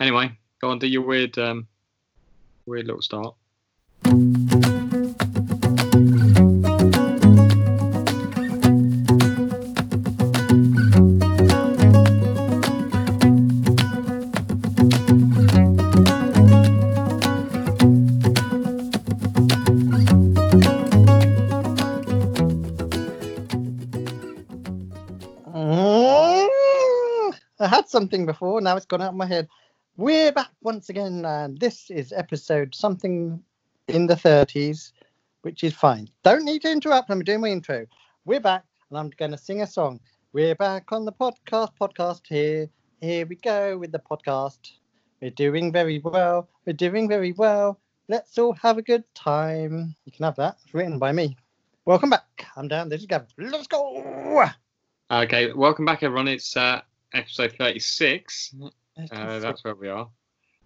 Anyway, go on, do your weird, um, weird little start. Mm, I had something before, now it's gone out of my head. We're back once again, and this is episode something in the 30s, which is fine. Don't need to interrupt, I'm doing my intro. We're back, and I'm going to sing a song. We're back on the podcast, podcast here. Here we go with the podcast. We're doing very well, we're doing very well. Let's all have a good time. You can have that, it's written by me. Welcome back. I'm Dan, this is Gavin. Let's go! Okay, welcome back, everyone. It's uh, episode 36. Uh, that's where we are.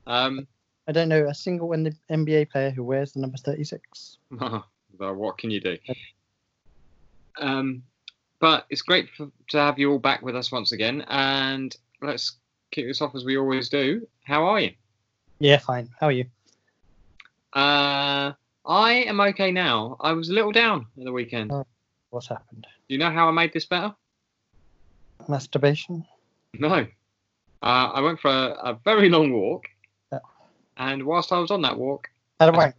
Um, I don't know a single N- NBA player who wears the number 36. though, what can you do? Um, but it's great f to have you all back with us once again. And let's kick this off as we always do. How are you? Yeah, fine. How are you? Uh, I am okay now. I was a little down at the weekend. Oh. Do What's happened? you know how I made this better? Masturbation? No. Uh, I went for a, a very long walk. Yeah. And whilst I was on that walk, Had a wank?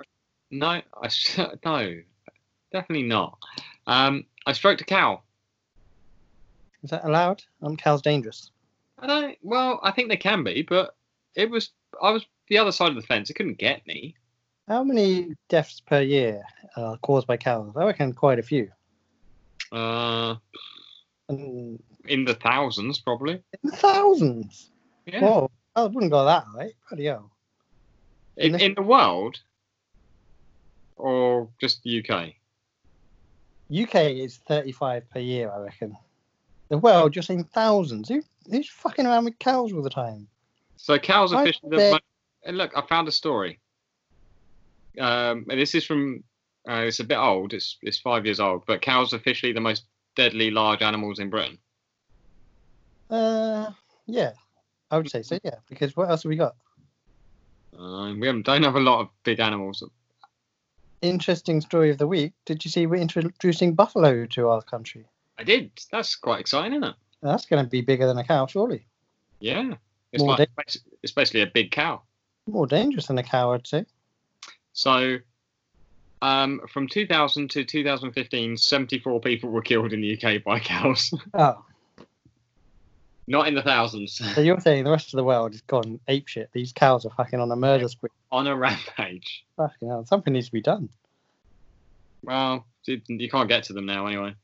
No, I s- no, definitely not. Um, I stroked a cow. Is that allowed? Um, cows dangerous. I don't. Well, I think they can be, but it was. I was the other side of the fence. It couldn't get me. How many deaths per year are caused by cows? I reckon quite a few. Uh, And in the thousands, probably. thousands. Yeah. Whoa. I wouldn't go that high. Bloody hell. in, in the world, or just the UK. UK is 35 per year, I reckon. The world, you're saying thousands. Who, who's fucking around with cows all the time? So cows are I officially the bet- most. And look, I found a story. Um, and this is from. Uh, it's a bit old. It's it's five years old. But cows are officially the most deadly large animals in Britain. Uh, yeah. I would say so, yeah. Because what else have we got? Um, we haven't, don't have a lot of big animals. interesting story of the week. Did you see we're introducing buffalo to our country? I did. That's quite exciting, isn't it? Now, That's going to be bigger than a cow, surely. Yeah. It's, Well, like, it's basically a big cow. More dangerous than a cow, I'd say. So, um, from 2000 to 2015, 74 people were killed in the UK by cows. Oh, Not in the thousands. so you're saying the rest of the world has gone apeshit? These cows are fucking on a murder spree. On a rampage. Fucking hell, something needs to be done. Well, you, you can't get to them now anyway.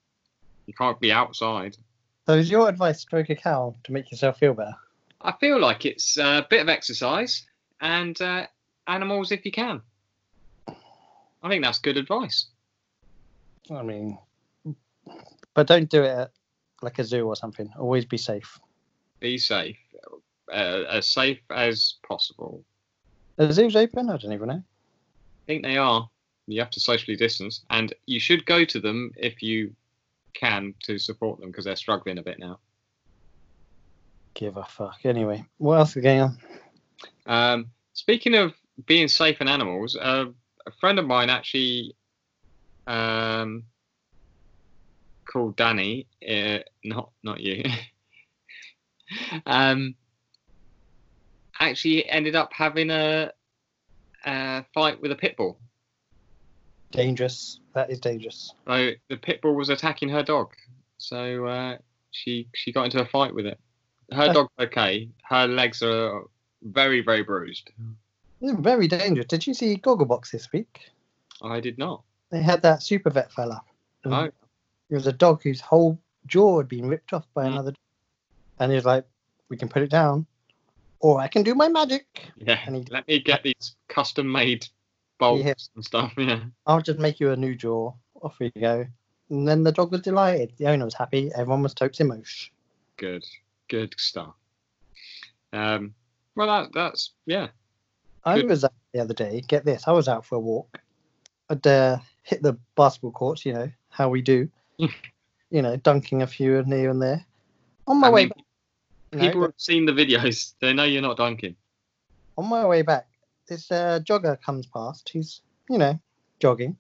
You can't be outside. So is your advice stroke a cow to make yourself feel better? I feel like it's a bit of exercise and uh, animals if you can. I think that's good advice. I mean, but don't do it at like a zoo or something. Always be safe. be safe, uh, as safe as possible. Are the zoos open? I don't even know. I think they are. You have to socially distance, and you should go to them if you can to support them because they're struggling a bit now. Give a fuck. Anyway, what else is going on? Um, speaking of being safe and animals, uh, a friend of mine actually, um, called Danny, uh, not not you, um, actually ended up having a, a fight with a pit bull. Dangerous. That is dangerous. So the pit bull was attacking her dog, so uh, she she got into a fight with it. Her That's- dog's okay. Her legs are very very bruised. It's very dangerous. Did you see Gogglebox this week? I did not. They had that super vet fella. Oh. It was a dog whose whole jaw had been ripped off by Mm. another dog. And he was like, We can put it down, or I can do my magic. Yeah. And he- Let me get these custom made bolts Yeah. and stuff. Yeah. I'll just make you a new jaw. Off we go. And then the dog was delighted. The owner was happy. Everyone was totes emosh. Good. Good stuff. Um. Well, that that's yeah. I Good. was out the other day. Get this. I was out for a walk. I'd uh, hit the basketball courts, you know, how we do. Mm. you know, dunking a few here and there. On my I way mean, back. you know, People have seen the videos. They know you're not dunking. on my way back, this uh, jogger comes past. He's, you know, jogging.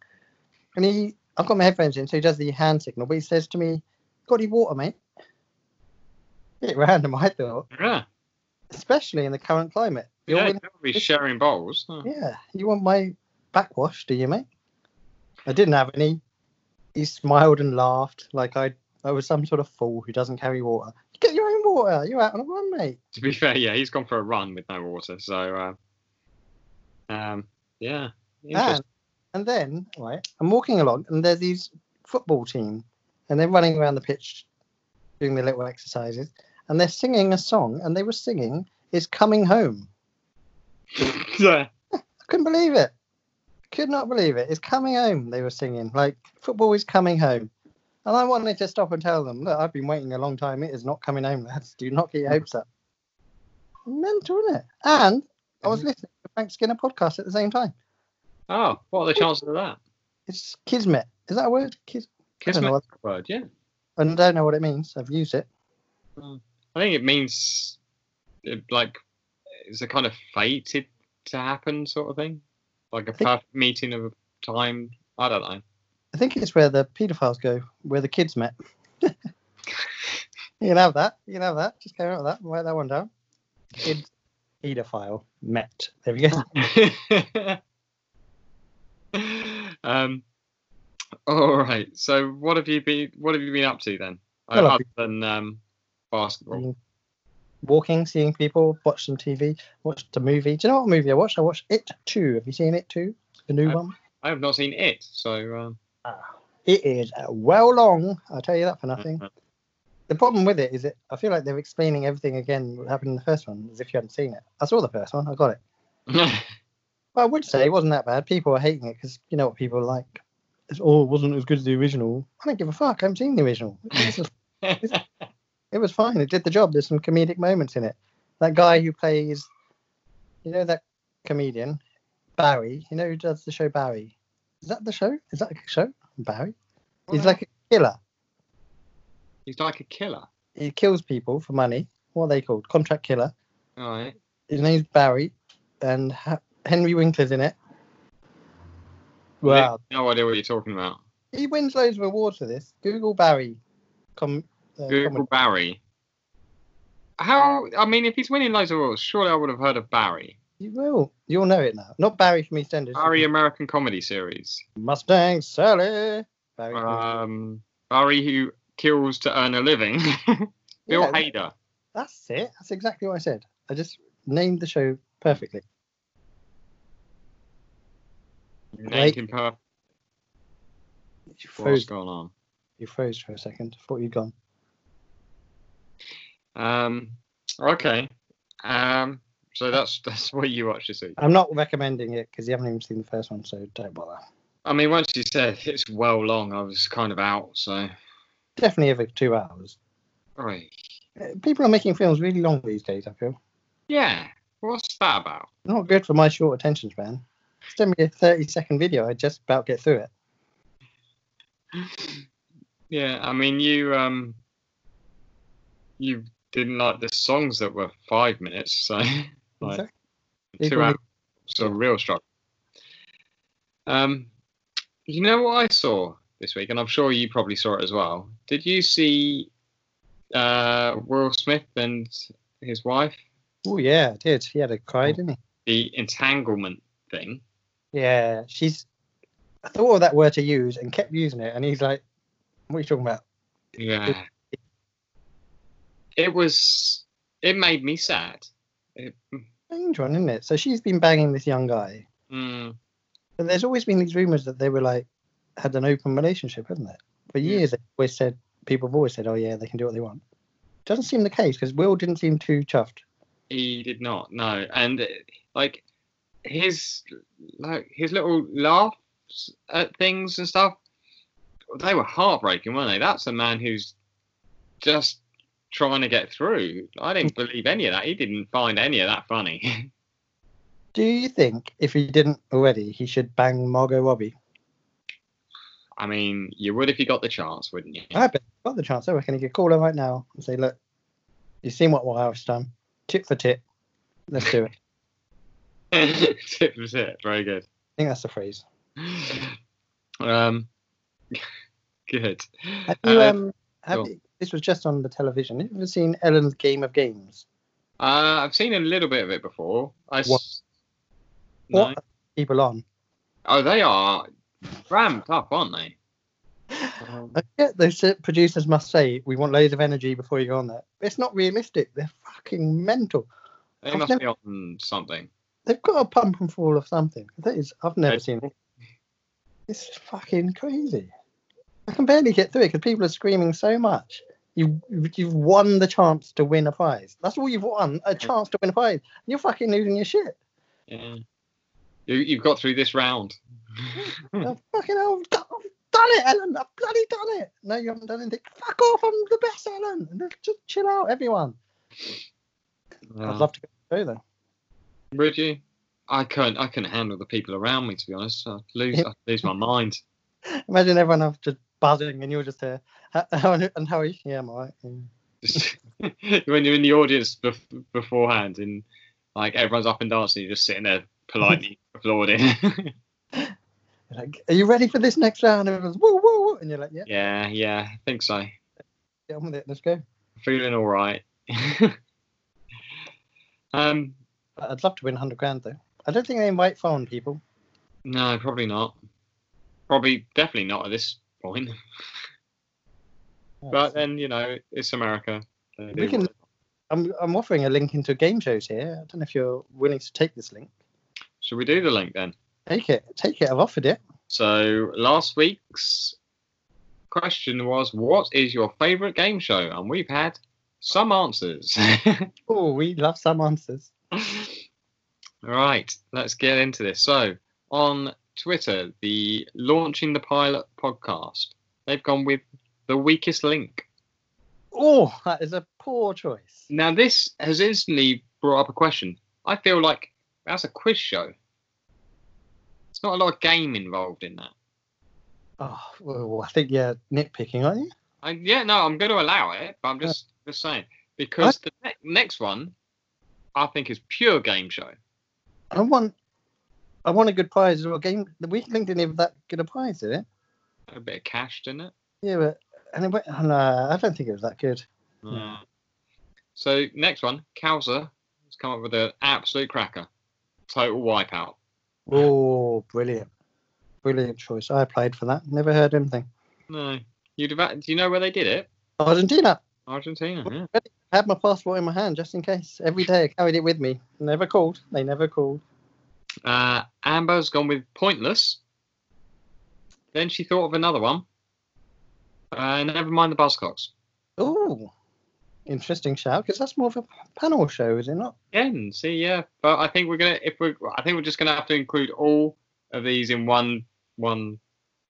And he, I've got my headphones in, so he does the hand signal, but he says to me, Got any water, mate? Bit random, I thought, Yeah. especially in the current climate. You're Yeah, in- they'll be sharing bowls. huh? yeah, you want my backwash, do you, mate? I didn't have any. He smiled and laughed like I I was some sort of fool who doesn't carry water. Get your own water. You're out on a run, mate. To be fair, yeah, he's gone for a run with no water. So, uh, um, yeah. And, Interesting. Um, and then, right, I'm walking along and there's these football team and they're running around the pitch doing their little exercises and they're singing a song and they were singing It's Coming Home. yeah. I couldn't believe it. Could not believe it. It's coming home, they were singing. Like, football is coming home. And I wanted to stop and tell them, look, I've been waiting a long time. It is not coming home, lads. Do not get your hopes up. Mental, isn't it? And I was Mhm. listening to Frank Skinner podcast at the same time. Oh, what are the chances of that? It's kismet. Is that a word? Kis- I don't know Kismet word, yeah. I don't know what it means. I've used it. I think it means uh, like it's a kind of fated to happen sort of thing, like a think- perfect meeting of time. I don't know. I think it's where the paedophiles go, where the kids met. you can have that. You can have that. Just go out with that. and Write that one down. Kids, paedophile met. There we go. um, all right. So, what have you been? What have you been up to then, Uh, Well, I've other than um, basketball? Been Walking, seeing people, watched some TV, watched a movie. Do you know what movie I watched? I watched It Too. Have you seen It Too? The new No. one. I have not seen it. So, um, It is well long. I'll tell you that for nothing. Mhm. The problem with it is that I feel like they're explaining everything again what happened in the first one, as if you hadn't seen it. I saw the first one. I got it. Well, I would say it wasn't that bad. People are hating it because you know what people are like. It's, oh, it wasn't as good as the original. I don't give a fuck. I haven't seen the original. This is- it was fine. It did the job. There's some comedic moments in it. That guy who plays, you know, that comedian, Barry, you know, who does the show Barry? Is that the show? Is that a show? Barry? He's like a killer. he's like a killer. He kills people for money. What are they called? Contract killer. All right. His name's Barry, and ha- Henry Winkler's in it. Wow. No idea what you're talking about. He wins loads of awards for this. Google Barry. Com- uh, Google comedy. Barry. How? I mean, if he's winning loads of awards, surely I would have heard of Barry. You will. You'll know it now. Not Barry from EastEnders. Barry American Comedy Series. Mustang Sally. Barry. from EastEnders. Um, Barry who kills to earn a living. Bill Yeah, Hader. That's it. That's exactly what I said. I just named the show perfectly. Named him per- You What's froze. going on? You froze for a second. Thought you'd gone. Um, okay. Um, so that's that's what you watch this week. I'm not recommending it because you haven't even seen the first one, so don't bother. I mean, once you said it's well long, I was kind of out. So, Definitely over two hours. right. Uh, People are making films really long these days. I feel Yeah. What's that about? not good for my short attention span. Send me a 30 second video. I just about get through it. Yeah, I mean, you um, you didn't like the songs that were five minutes, so like So- two People- hours, so real struggle. Um, you know what I saw this week, and I'm sure you probably saw it as well. Did you see uh, Will Smith and his wife, Oh yeah, I did. He had a cry, didn't the entanglement thing? he? Yeah, she's. I thought of that word to use and kept using it, and he's like, "What are you talking about?" Yeah. It was. It made me sad. It, Strange one, isn't it? So she's been banging this young guy, mm, but there's always been these rumors that they were like had an open relationship, hasn't it? For Yeah. years, they always said people have always said, "Oh yeah, they can do what they want." Doesn't seem the case because Will didn't seem too chuffed. He did not. No, and uh, like his like his little laughs at things and stuff, they were heartbreaking, weren't they? That's a man who's just trying to get through. I didn't Mm. believe any of that. He didn't find any of that funny. Do you think if he didn't already, he should bang Margot Robbie? I mean, you would if you got the chance, wouldn't you? I bet he's got the chance. I reckon he could call her right now and say, "Look, you've seen what Wild done, tit for tit. Let's do it." tip for tip. Very good. I think that's the phrase. Um, good. Have you, Uh, um, have go. you, this was just on the television. Have you ever seen Ellen's Game of Games? Uh, I've seen a little bit of it before. I s- What? No. What are people on? Oh, they are ramped up, aren't they? I get those uh, producers must say we want loads of energy before you go on there. It's not realistic. They're fucking mental. They I've must never- be on something. They've got a pump and full of something. That is, I've never Okay. seen it. It's fucking crazy. I can barely get through it because people are screaming so much. You you've won the chance to win a prize. That's all you've won, a chance to win a prize. And you're fucking losing your shit. Yeah. You, you've got through this round. Oh, fucking hell, I've done, I've done it, Ellen. I've bloody done it. No, you haven't done anything. Fuck off. I'm the best, Ellen. Look, Just chill out, everyone. Uh-huh. I'd love to go to the show, though. Would you? Uh, I couldn't. I couldn't handle the people around me. To be honest, I'd lose. I'd lose my mind. Imagine everyone else just buzzing and you're just there. How, how, and how are you? Yeah, I'm all right. Yeah. Just when you're in the audience bef- beforehand, and like everyone's up and dancing, you're just sitting there politely applauding. You're like, are you ready for this next round? And everyone's woo, woo, woo. And you're like, yeah, yeah, yeah, I think so. get on with it. Let's go. Feeling all right. um, But I'd love to win 100 grand, though. I don't think they invite foreign people. no, probably not. Probably, definitely not at this point. But then you know, it's America. They We do can- what- I'm, I'm offering a link into game shows here. I don't know if you're willing to take this link. Should we do the link then? Take it. Take it. I've offered it. So last week's question was, "What is your favourite game show?" And we've had some answers. Oh, we love some answers. right, let's get into this. So on Twitter, the launching the pilot podcast, they've gone with the weakest link. Oh, that is a poor choice. Now this has instantly brought up a question. I feel like that's a quiz show. It's not a lot of game involved in that. Oh, well, I think you're nitpicking, aren't you? I, yeah, no, I'm going to allow it, but I'm just just saying because the ne- next one, I think, is pure game show. I want, I want a good prize or a game. The weak link didn't have that good a prize, did it? A bit of cash, didn't it? Yeah, but and it went. Oh, no, I don't think it was that good. Yeah. Uh, So next one, Cowser has come up with an absolute cracker, total wipeout. Oh, brilliant, brilliant choice. I applied for that. Never heard anything. No, you do you know where they did it? Argentina. Argentina. Yeah. I had my passport in my hand just in case. Every day I carried it with me. Never called. They never called. Uh, Amber's gone with pointless. Then she thought of another one. Uh, never mind the Buzzcocks. Oh, interesting shout because that's more of a panel show, is it not? Again, see, yeah, but I think we're gonna if we are I think we're just gonna have to include all of these in one one.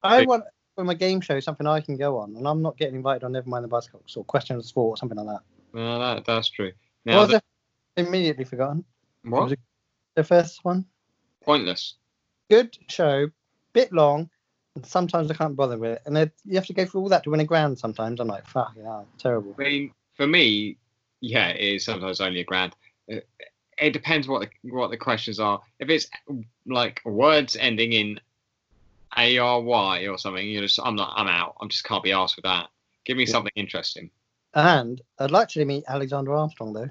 I Big- want from a game show something I can go on, and I'm not getting invited on Nevermind the Buzzcocks or Question of Sport or something like that. No, that uh, that's true. What Now was the, it? Immediately forgotten. what? The first one, Pointless. good show, bit long, and sometimes I can't bother with it, and then you have to go through all that to win a grand. Sometimes I'm like, fuck, yeah, terrible. I mean, for me, yeah, it is sometimes only a grand. It, it depends what the what the questions are. If it's like words ending in a r y or something, you're just I'm not I'm out. I just can't be asked with that. Give me Yeah. something interesting. And I'd like to meet Alexander Armstrong though.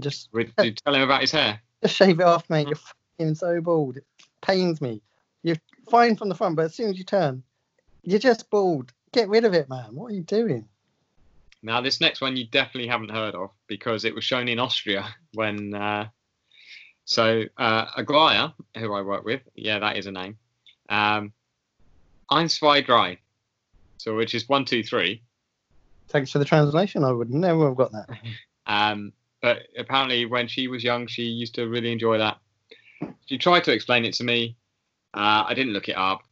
Just Would you tell him about his hair? just shave it off, Mm. mate. You're fucking so bald. It pains me. You're fine from the front, but as soon as you turn, you're just bald. Get rid of it, man. What are you doing? Now, this next one you definitely haven't heard of because it was shown in Austria when. Uh, so, uh, Aglaya, who I work with, yeah, that is a name. Um, Ein, zwei, drei. So, which is one, two, three. Thanks for the translation. I would never have got that. Um, but apparently, when she was young, she used to really enjoy that. She tried to explain it to me. Uh, I didn't look it up.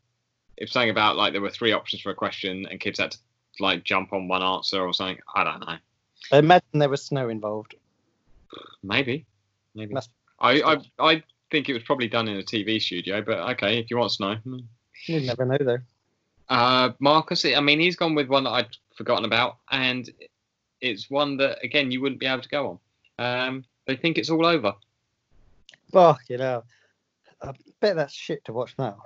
It was something about like there were three options for a question, and kids had to like jump on one answer or something. I don't know. I imagine there was snow involved. Maybe. Maybe. Must- I, I I think it was probably done in a TV studio, but okay, if you want snow. You never know though. Uh, Marcus, I mean, he's gone with one that I'd forgotten about, and it's one that, again, you wouldn't be able to go on. Um, they think it's all over. Oh, you know, I bet that's shit to watch now.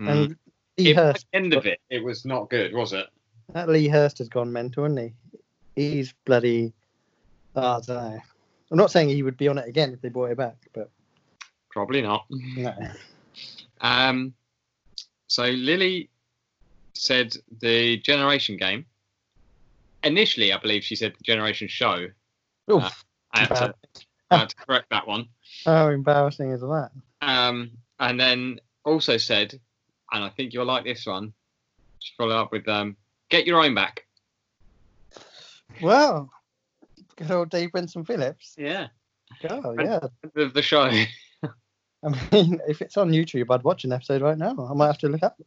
Mm. And Lee It- Hurst, the end of it, it was not good, was it? that Lee Hurst has gone mental, hasn't he? He's bloody. ah, I don't know. I'm not saying he would be on it again if they brought it back, but Probably not. no. Um, so Lily said the Generation game. Initially, I believe she said the Generation show. Oof, I had to, I had to correct that one. how embarrassing is that? Um, and then also said, and I think you'll like this one. Just follow up with um, get your own back. Well, good old Dave Benson Phillips. Yeah, Oh, yeah. the, the show. I mean, if it's on YouTube, I'd watch an episode right now. I might have to look up.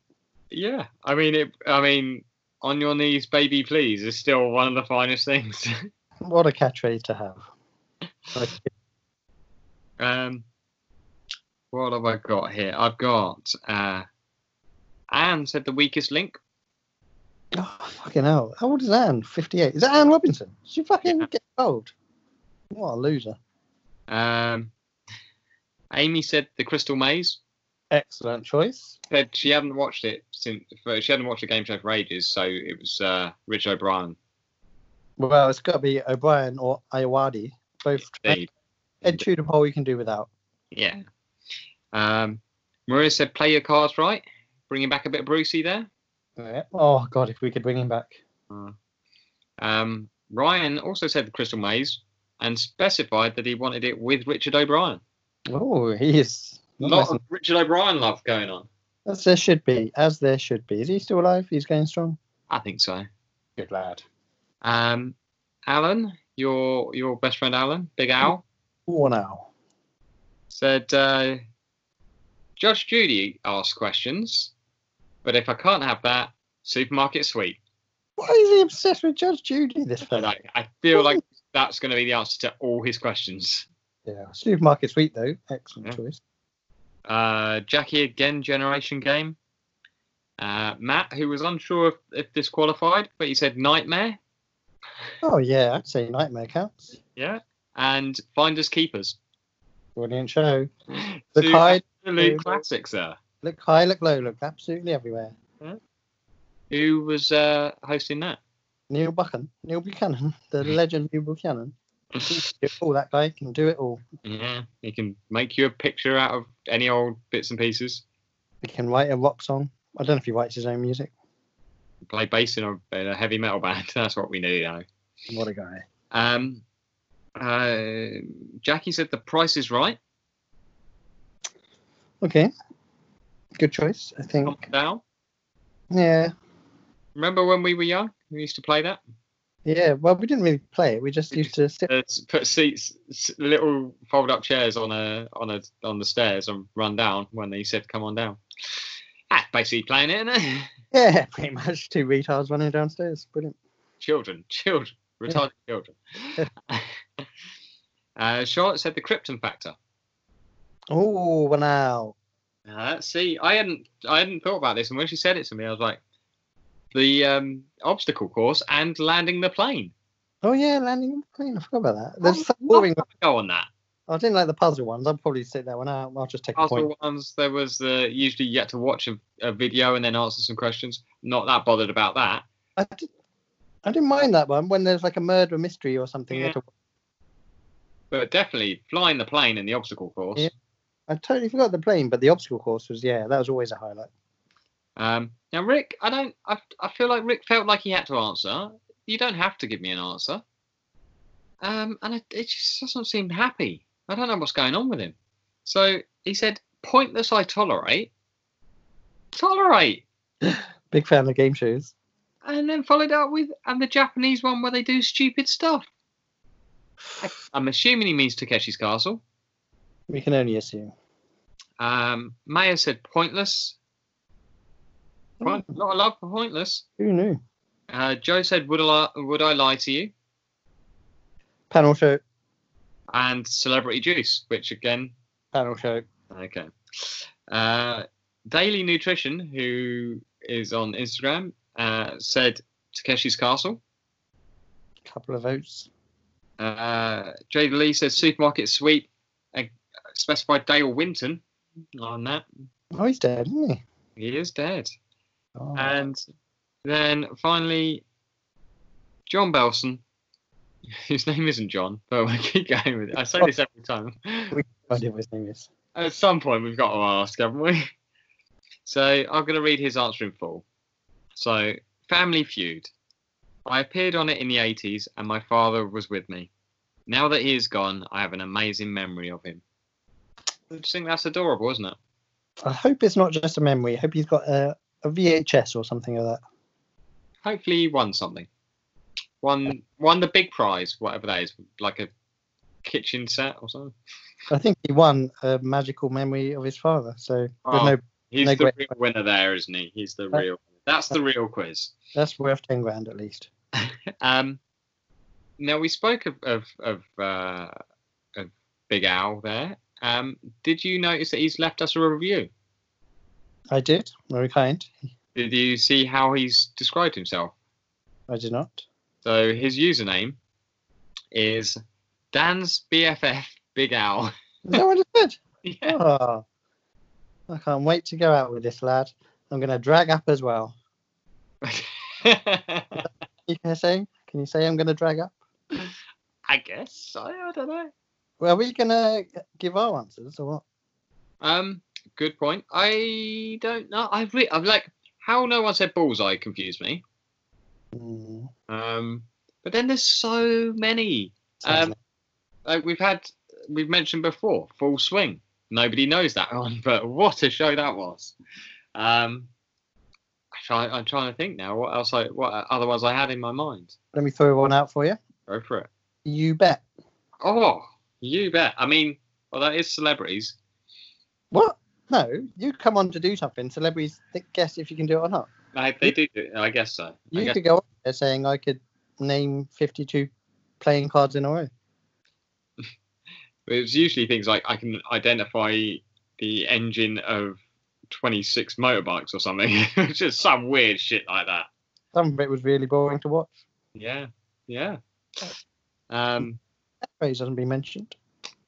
yeah, I mean it. I mean, on your knees, baby, please is still one of the finest things. What a catchphrase to have. Like, Um, what have I got here? I've got uh, Anne said the weakest link. oh, fucking hell. How old is Anne? 58. Is that Anne Robinson? She fucking Yeah. get old. What a loser. Um, Amy said the Crystal Maze. Excellent choice. Said she hadn't watched it since for, she hadn't watched the game show for ages, so it was uh, Rich O'Brien. Well, it's got to be O'Brien or Iowadi. Both. Indeed. Ed Tudor Poll you can do without. Yeah. Um, Maria said play your cards right, bringing back a bit of Brucey there. Yeah. Oh, God, if we could bring him back. Um, Ryan also said the Crystal Maze and specified that he wanted it with Richard O'Brien. Oh, he is. A lot of Richard O'Brien love going on. As there should be. As there should be. Is he still alive? He's going strong. I think so. Good lad. Um, Alan, your your best friend Alan, Big Al, Oh, now. said uh, Judge Judy asks questions, but if I can't have that, supermarket sweep. Why is he obsessed with Judge Judy? This And fella. I, I feel like that's going to be the answer to all his questions. Yeah. Supermarket sweet though. Excellent Yeah. choice. Uh, Jackie again, Generation Game. Uh, Matt, who was unsure if, if this qualified, but he said Nightmare. Oh yeah, I'd say Nightmare counts. Yeah. And Finders Keepers. Brilliant show. Look Two high, absolute two- classics there. look high, look low, look absolutely everywhere. Who was uh, hosting that? Neil Buchan, Neil Buchanan, the legend Neil Buchanan. Oh, that guy can do it all. Yeah, he can make you a picture out of any old bits and pieces. He can write a rock song. I don't know if he writes his own music. Play bass in a, in a heavy metal band. That's what we need now. What a guy. Um, uh, Jackie said the price is right. Okay. Good choice, I Come think. down. Yeah. Remember when we were young? We used to play that. Yeah. Well, we didn't really play it. We just used to sit. Uh, s- put seats, s- little fold-up chairs on a on a on the stairs and run down when they said come on down. That's basically playing it, isn't it? Yeah, pretty much. Two retards running downstairs. Brilliant. children, children, retarded children. uh, Charlotte said the Krypton factor. Oh, well, now. Uh, see, I hadn't I hadn't thought about this, and when she said it to me, I was like, the um, obstacle course and landing the plane. Oh yeah, landing on the plane. I forgot about that. Oh, There's some boring. I'll Go on that. I didn't like the puzzle ones. I'll probably sit that one out. I'll just take a After point. ones, there was the usually you had to watch a, a video and then answer some questions. Not that bothered about that. I, did, I didn't mind that one when there's like a murder mystery or something. you had to- But definitely flying the plane in the obstacle course. Yeah. I totally forgot the plane, but the obstacle course was yeah, that was always a highlight. Um, now, Rick, I don't. I, I feel like Rick felt like he had to answer. You don't have to give me an answer. Um, and it, it just doesn't seem happy. I don't know what's going on with him. So he said, "Pointless, I tolerate." Tolerate, Big fan of game shows. and then followed up with, and the Japanese one where they do stupid stuff. I, I'm assuming he means Takeshi's Castle. We can only assume. Um, Maya said, "Pointless." Mm. Point, a lot of love for pointless. Who knew? Uh, Joe said, "Would I li- would I lie to you?" Panel show. and Celebrity Juice, which again, Panel show. okay. Uh, Daily Nutrition, who is on Instagram, uh, said Takeshi's Castle. Couple of votes. Uh, Jada Lee says Supermarket Sweep, uh, specified Dale Winton. on that. Oh, he's dead, isn't he? He is dead. Oh. And then finally, John Belson, whose name isn't John, but we keep going with it. I say this every time. I idea what his name is. At some point, we've got to ask, haven't we? So I'm going to read his answer in full. So, Family Feud. I appeared on it in the 80s, and my father was with me. Now that he is gone, I have an amazing memory of him. I just think that's adorable, isn't it? I hope it's not just a memory. I hope he's got a, a VHS or something of that. hopefully he won something. Won won the big prize, whatever that is, like a kitchen set or something. I think he won a magical memory of his father. So Oh. no, He's No, the great. real winner there, isn't he? He's the Uh, real. That's the real quiz. that's worth ten grand at least. Um, now we spoke of of of, uh, of Big Al there. Um, did you notice that he's left us a review? I did. Very kind. Did you see how he's described himself? I did not. So his username is Dan's BFF Big Al. Is that what it said? yeah. Oh, I can't wait to go out with this lad. I'm going to drag up as well. You can say? Can you say I'm going to drag up? I guess so. I don't know. Well, are we going to give our answers or what? Um, good point. I don't know. I re- I'm like how no one said bullseye confused me. Hmm, Um, but then there's so many. sounds Um, like we've had, we've mentioned before, full swing. Nobody knows that one, but what a show that was. Um, I try, I'm trying to think now. What else? I what other ones I had in my mind? Let me throw one out for you. Go for it. You bet. Oh, you bet. I mean, well, that is celebrities. What? No, you come on to do something. Celebrities th- guess if you can do it or not. I, they do. do- I guess so. I You guess could go on there saying I could name 52 playing cards in a row. But it's usually things like I can identify the engine of 26 motorbikes or something, just some weird shit like that. Some of it was really boring to watch. Yeah, yeah. Um, That phrase hasn't been mentioned.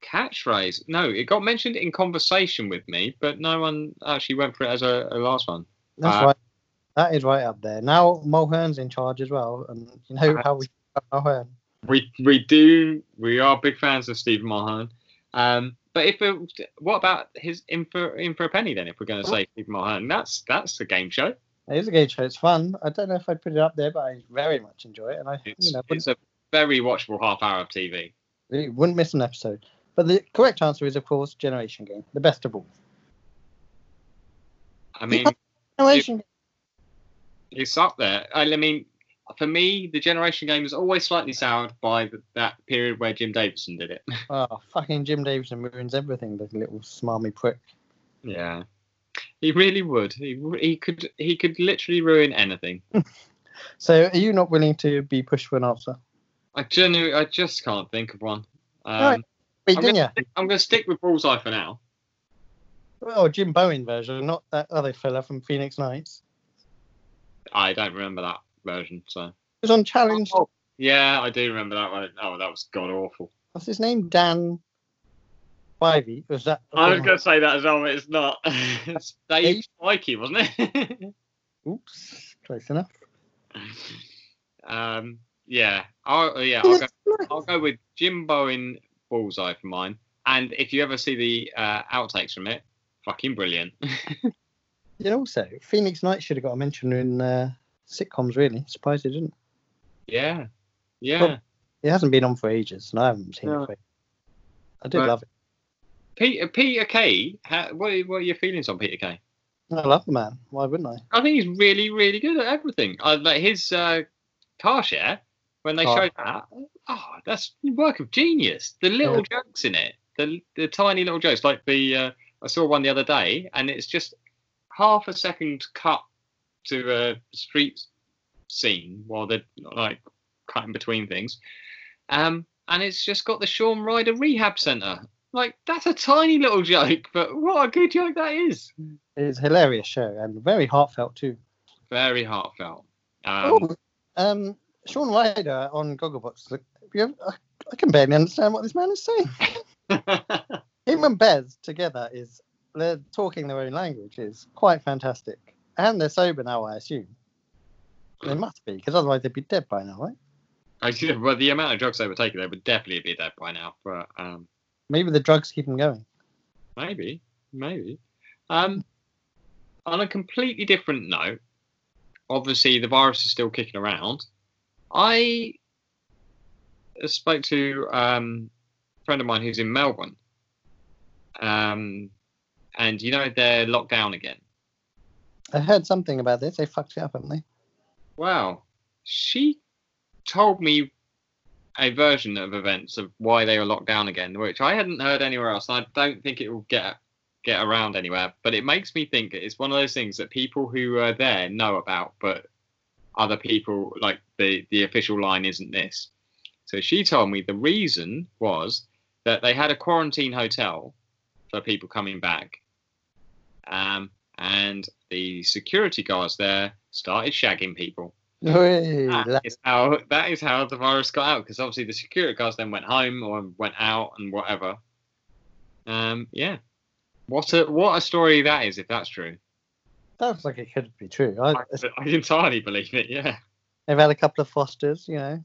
catchphrase. No, it got mentioned in conversation with me, but no one actually went for it as a, a last one. That's Uh, right. That is right up there. Now Mulhern's in charge as well, and you know how we feel about Mulhern. We we do we are big fans of Stephen Mulhern. Um, but if it, what about his in for in for a penny then? If we're going to say Stephen Mulhern, that's that's a game show. It is a game show. It's fun. I don't know if I'd put it up there, but I very much enjoy it, and I It's, you know it's wouldn't, a very watchable half hour of TV. wouldn't miss an episode. But the correct answer is, of course, Generation Game, the best of all. I mean, Generation Game. it's up there. I I mean, for me, the Generation Game is always slightly soured by the, that period where Jim Davidson did it. Oh, fucking Jim Davison ruins everything. The little smarmy prick. Yeah, he really would. He w- he could he could literally ruin anything. So, are you not willing to be pushed for an answer? I genuinely, I just can't think of one. Alright, Um, Wait, I'm didn't you? gonna stick- I'm going to stick with Bullseye for now. Oh, Jim Bowen version, not that other fella from Phoenix Nights. I don't remember that version, so It was on Challenge. Oh. yeah, I do remember that one. Oh, that was god awful. What's his name? Dan Spivey. Was that? I was going to say that as well, but it's not. it's Dave Dave? Spikey, wasn't it? Oops, close enough. Um, yeah, I'll, yeah, I'll go, I'll go with Jimbo in Bullseye for mine. And if you ever see the uh, outtakes from it, fucking brilliant. Yeah, also, Phoenix Knight should have got a mention in uh, sitcoms, really. Surprised it didn't. yeah, yeah. Well, It hasn't been on for ages, and I haven't seen No. it for I did Right. love it. Peter uh, Peter Kay, how, what are- what are your feelings on Peter Kay? I love the man. Why wouldn't I? I think he's really really good at everything. I, like his uh, car share when they Oh. showed that, oh, that's work of genius. The little jokes in it, the the tiny little jokes, like the uh, I saw one the other day, and it's just half a second cut to a street scene while they're like cutting between things, um, and it's just got the Sean Ryder Rehab Center. Like that's a tiny little joke, but what a good joke that is. It's a hilarious show and very heartfelt, too. Very heartfelt. Um, Oh, um, Sean Ryder on Gogglebox. Look, have you ever, I, I can barely understand what this man is saying. Him and Bez together is they're talking their own language is quite fantastic. And they're sober now, I assume. They must be, because otherwise they'd be dead by now, right? Actually, well, the amount of drugs they were taking, they would definitely be dead by now. But um, Maybe the drugs keep them going. maybe, maybe. Um, on a completely different note, obviously the virus is still kicking around. I spoke to um, a friend of mine who's in Melbourne, um, and you know they're locked down again. I heard something about this. They fucked it up, haven't they? Wow. She told me a version of events of why they were locked down again, which I hadn't heard anywhere else. And I don't think it will get get around anywhere. But it makes me think it's one of those things that people who are there know about, but other people like the the official line isn't this. So she told me the reason was that they had a quarantine hotel for people coming back. Um, and the security guards there started shagging people. Whey, Hmm, That la- is how that is how the virus got out because obviously the security guards then went home or went out and whatever. Um, yeah, what a what a story that is if that's true. Sounds like it could be true. I, I, I entirely believe it. Yeah, they've had a couple of fosters, you know.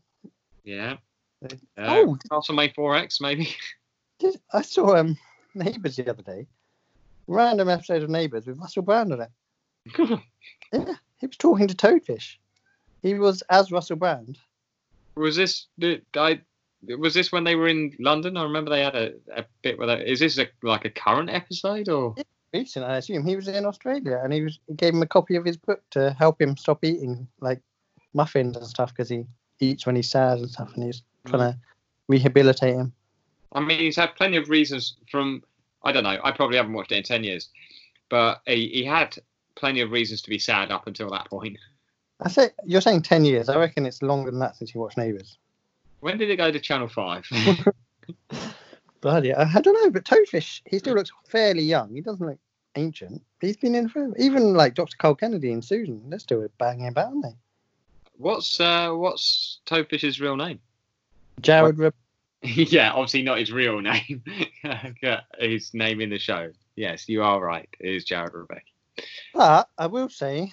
yeah. Uh, Oh. Castle May 4X maybe. Did, I saw um, Neighbours the other day. Random episode of Neighbours with Russell Brand on it. He was talking to Toadfish. He was as Russell Brand. was this the I? Was this when they were in London? I remember they had a, a bit where they, is this a, like a current episode or recent, I assume. He was in Australia, and he was he gave him a copy of his book to help him stop eating like muffins and stuff because he eats when he's sad and stuff, and he's trying to rehabilitate him. I mean, he's had plenty of reasons from. I don't know. I probably haven't watched it in ten years, but he, he had plenty of reasons to be sad up until that point. I say you're saying ten years. I reckon it's longer than that since you watched Neighbours. When did it go to Channel Five? Bloody, I, I don't know, but Toadfish, he still looks fairly young. He doesn't look ancient. He's been in forever. Even like Dr. Carl Kennedy and Susan, they're still banging about, aren't they? what's uh, what's Toadfish's real name? Jared, Re- yeah, obviously not his real name. Yeah, his name in the show. Yes, you are right. It is Jared Rebecca. but I will say,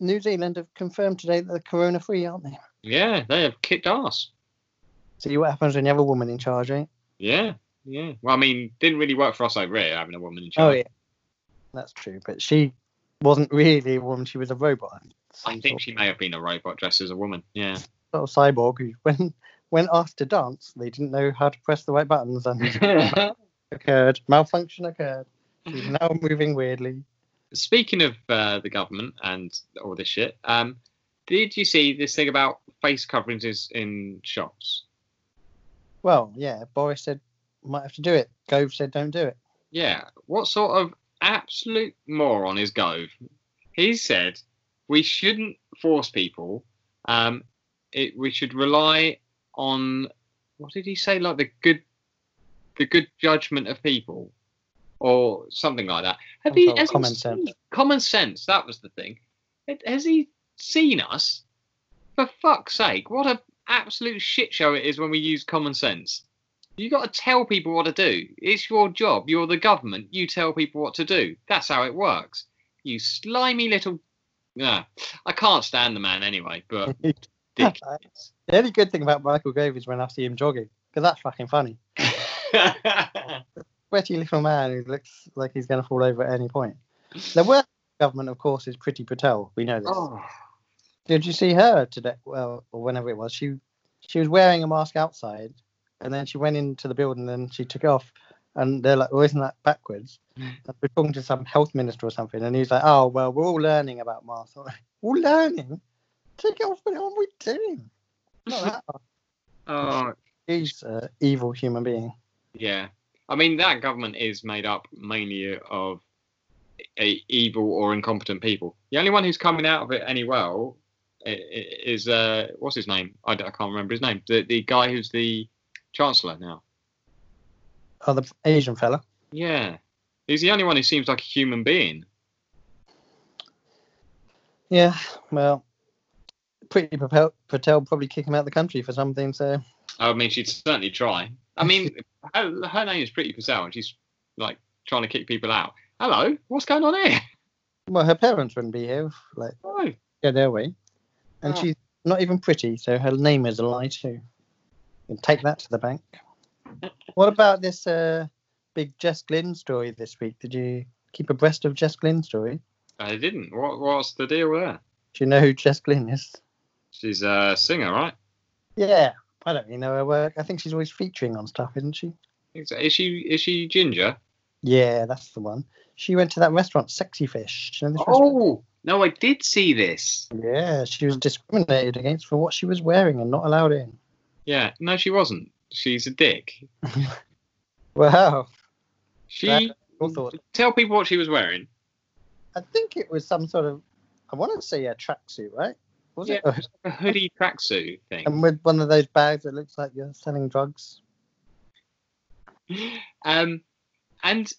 New Zealand have confirmed today that they're corona-free, aren't they? Yeah, they have kicked ass. See what happens when you have a woman in charge, eh? Yeah, yeah. Well, I mean, didn't really work for us over here having a woman in charge. Oh yeah, that's true. But she wasn't really a woman; she was a robot. I Some think sort, she may have been a robot dressed as a woman. Yeah. sort of cyborg. Who, when when asked to dance, they didn't know how to press the right buttons, and occurred malfunction occurred. She's now moving weirdly. Speaking of uh, the government and all this shit, um, did you see this thing about face coverings is in shops? Well, yeah, Boris said might have to do it. Gove said don't do it. Yeah. What sort of absolute moron is Gove? He said we shouldn't force people. Um, it, we should rely on what did he say? Like the good, the good judgment of people, or something like that. Have Some he, sort of has he common seen- sense. Common sense. That was the thing. It- Has he seen us? For fuck's sake! What a absolute shit show it is when we use common sense. You got to tell people what to do. It's your job. You're the government. You tell people what to do. That's how it works. You slimy little. Nah, I can't stand the man anyway. But Oh, dick. The only good thing about Michael Gove is when I see him jogging, because that's fucking funny. Sweaty little man who looks like he's going to fall over at any point. The worst government, of course, is Pretty Patel. We know this. oh, Did you see her today? Well, or whenever it was, she she was wearing a mask outside, and then she went into the building, and she took it off, and they're like, "Well, isn't that backwards?" And we're talking to some health minister or something, and he's like, "Oh, well, we're all learning about masks. I'm like, all learning. Take it off. What are we doing?" Not that oh, hard. He's an evil human being. yeah. I mean, that government is made up mainly of a, evil or incompetent people. The only one who's coming out of it any well i- i- is uh, what's his name? I, d- I can't remember his name. The the guy who's the chancellor now. Oh, the Asian fella. Yeah, he's the only one who seems like a human being. Yeah. Well, Pretty Patel, Patel probably kick him out of the country for something. So I mean, she'd certainly try. I mean, her, her name is Pretty Patel, and she's like trying to kick people out. hello, what's going on here? Well, her parents wouldn't be here. if, Like, Oh, yeah, their way. And Ah. she's not even pretty, so her name is a lie too. And take that to the bank. What about this uh, big Jess Glynn story this week? Did you keep abreast of Jess Glynn's story? I Uh, didn't. What, what's the deal there? Do you know who Jess Glynn is? She's a singer, right? Yeah, I don't really know her work. I think she's always featuring on stuff, isn't she? Is is she is she ginger? Yeah, that's the one. She went to that restaurant, Sexy Fish. Do you know this restaurant? Oh no, I did see this. Yeah, she was discriminated against for what she was wearing and not allowed in. Yeah, no, she wasn't. She's a dick. Wow. She Your thoughts? tell people what she was wearing. I think it was some sort of, I want to say a tracksuit, right? Was it? A hoodie tracksuit thing. And with one of those bags that looks like you're selling drugs. um, and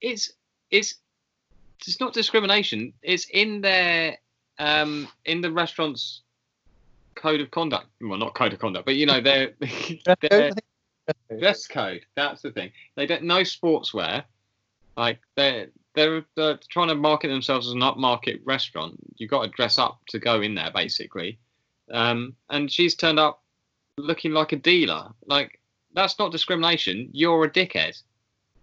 it's it's it's not discrimination. It's in their um, in the restaurant's code of conduct. Well, not code of conduct, but you know their Dress code, their I think? Dress code. dress code. That's the thing. They don't no sportswear. Like they're they're, they're trying to market themselves as an upmarket restaurant. You got to dress up to go in there, basically. Um, and she's turned up looking like a dealer. Like that's not discrimination. You're a dickhead.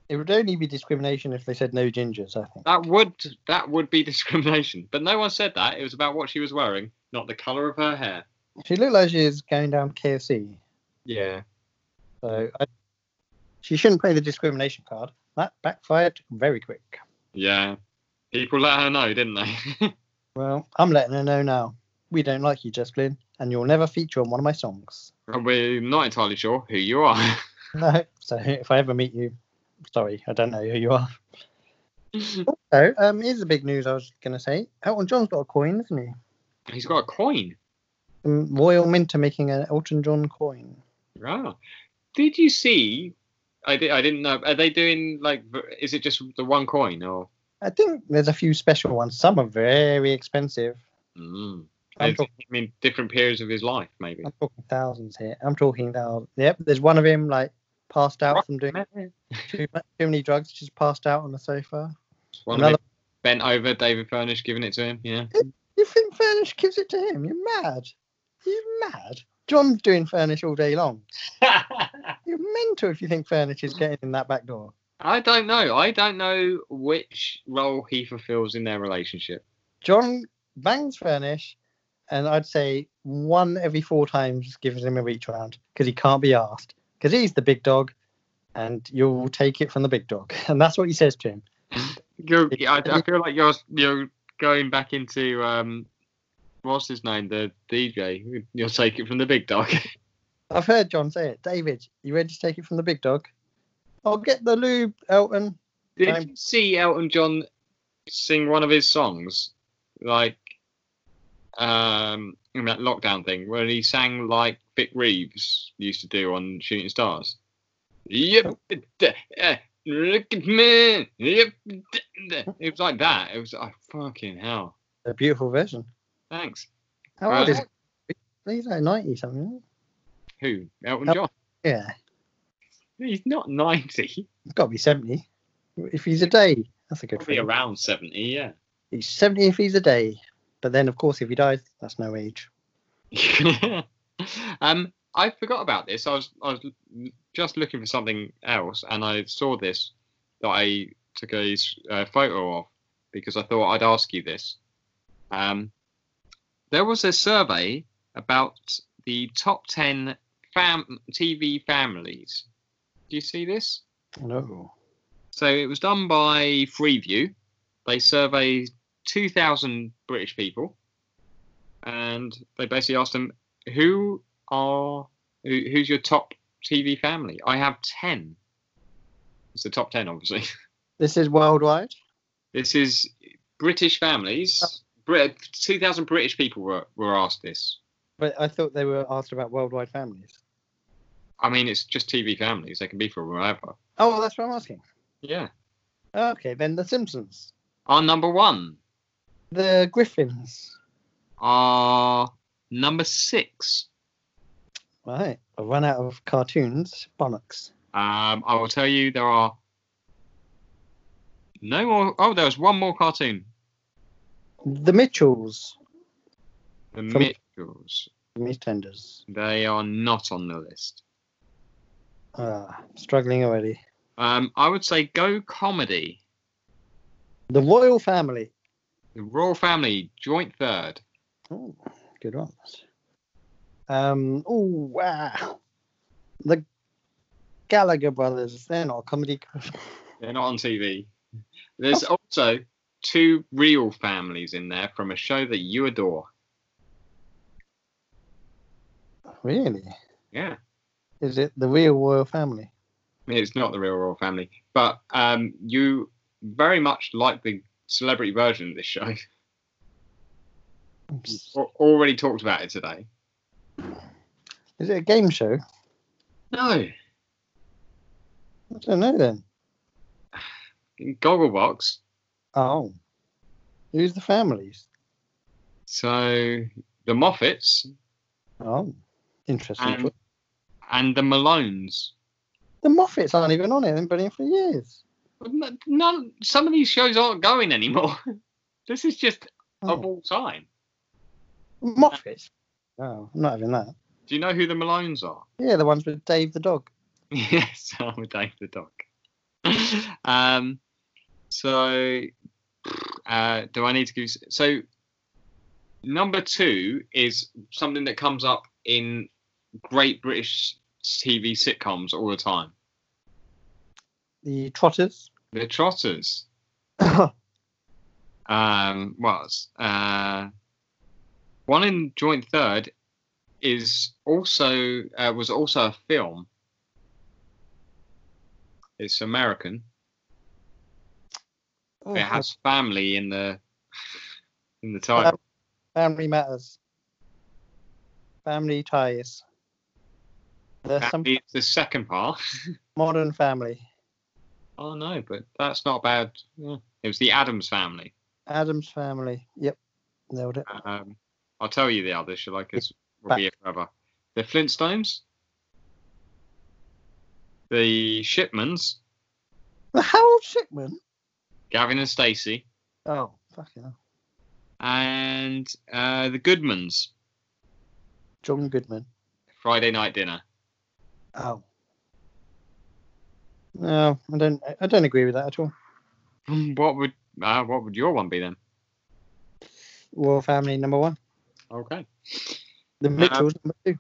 It would only be discrimination if they said no gingers, I think. That would that would be discrimination. But no one said that. It was about what she was wearing, not the colour of her hair. She looked like she was going down KFC. Yeah. So I, she shouldn't play the discrimination card. That backfired very quick. Yeah. People let her know, didn't they? Well, I'm letting her know now. We don't like you, Jess Glynn, and you'll never feature on one of my songs. And We're not entirely sure who you are. No, so if I ever meet you, sorry, I don't know who you are. So, um, here's the big news I was going to say. Elton John's got a coin, isn't he? He's got a coin. Um, Royal Mint are making an Elton John coin. Wow. Did you see? I did. I didn't know. Are they doing like? v- Is it just the one coin or? I think there's a few special ones. Some are very expensive. Mm. I'm, I talk- mean, different periods of his life, maybe. I'm talking thousands here. I'm talking thousands. Yep, there's one of him like passed out from doing too, much, too many drugs, just passed out on the sofa. One Another- of them bent over. David Furnish giving it to him. Yeah. You think Furnish gives it to him? You're mad. You're mad. John's doing Furnish all day long. You're mental if you think Furnish is getting in that back door. I don't know. I don't know which role he fulfills in their relationship. John bangs Furnish, and I'd say one every four times gives him a reach round because he can't be asked because he's the big dog, and you'll take it from the big dog, and that's what he says to him. You're, I, I feel like you're you're going back into um, what's his name, the DJ. You'll take it from the big dog. I've heard John say it. David, you ready to take it from the big dog? I'll get the lube, Elton. Did I'm- you see Elton John sing one of his songs, like um, in that lockdown thing, where he sang like Vic Reeves used to do on Shooting Stars? Yep, d- eh, look at me. Yep, d- d- it was like that. It was like fucking hell. A beautiful version. Thanks. How Right. old is he? He's like 90 something. isn't Who? Elton Yep. John. he? Yeah, He's not ninety. he's got to be 70. If he's a day, that's a good Probably thing. around seventy. Yeah. He's 70 if he's a day. But then, of course, if he dies, that's no age. um, I forgot about this. I was I was l- just looking for something else, and I saw this that I took a s- uh, photo of because I thought I'd ask you this. Um, there was a survey about the top ten fam- TV families. Do you see this? No. So it was done by Freeview. They surveyed 2,000 British people, and they basically asked them, "Who are who, who's your top TV family?" I have ten. It's the top ten, obviously. This is worldwide. This is British families. Brit, 2,000 British people were, were asked this. But I thought they were asked about worldwide families. I mean, it's just TV families. They can be from wherever. Oh, well, that's what I'm asking. Yeah. Okay, then The Simpsons, Our number one. The Griffins. Our number six. Right. I've run out of cartoons. Bollocks. Um, I will tell you there are No more. Oh, there was one more cartoon. The Mitchells. The From- Mitchells. Meatenders. They are not on the list. Ah, struggling already. Um, I would say go comedy. The Royal Family. The Royal Family joint third. Oh, good ones. Um. Oh wow. The Gallagher brothers. They're not a comedy. They're not on TV. There's also two real families in there from a show that you adore. really? Yeah. Is it the real royal family? it's not the real royal family but um you very much like the celebrity version of this show Is Al- already talked about it today it a game show? no I don't know then. gogglebox Oh. Who's the families? so the moffats Oh. Interesting. Um, and the malones the Moffats aren't even on it. They've been in for years. But n- none some of these shows aren't going anymore this is just of Oh. all time Moffats. Oh, I'm not having that. do you know who the malones are Yeah, the ones with Dave the dog. yes i'm with dave the dog um so uh do i need to give you- so number two is something that comes up in great british tv sitcoms all the time The Trotters. Oh, the trotters um was uh one in joint third is also uh, was also a film it's american Oh, it has family in the in the title. Family matters. Family ties. There's some That is the second part. modern family. Oh no, but that's not bad. Yeah. It was the Adams family. Adam's family. Yep. Nailed it. Um, I'll tell you the other, shall I? Because we'll be here forever. The Flintstones, the Shipmans, The Harold Shipman. Gavin and Stacey, Oh, fucking hell. and uh, the Goodmans. John Goodman. Friday night dinner. Oh. No, I don't I don't agree with that at all. what would uh, what would your one be then? Royal family number one. Okay. The Mitchells number two.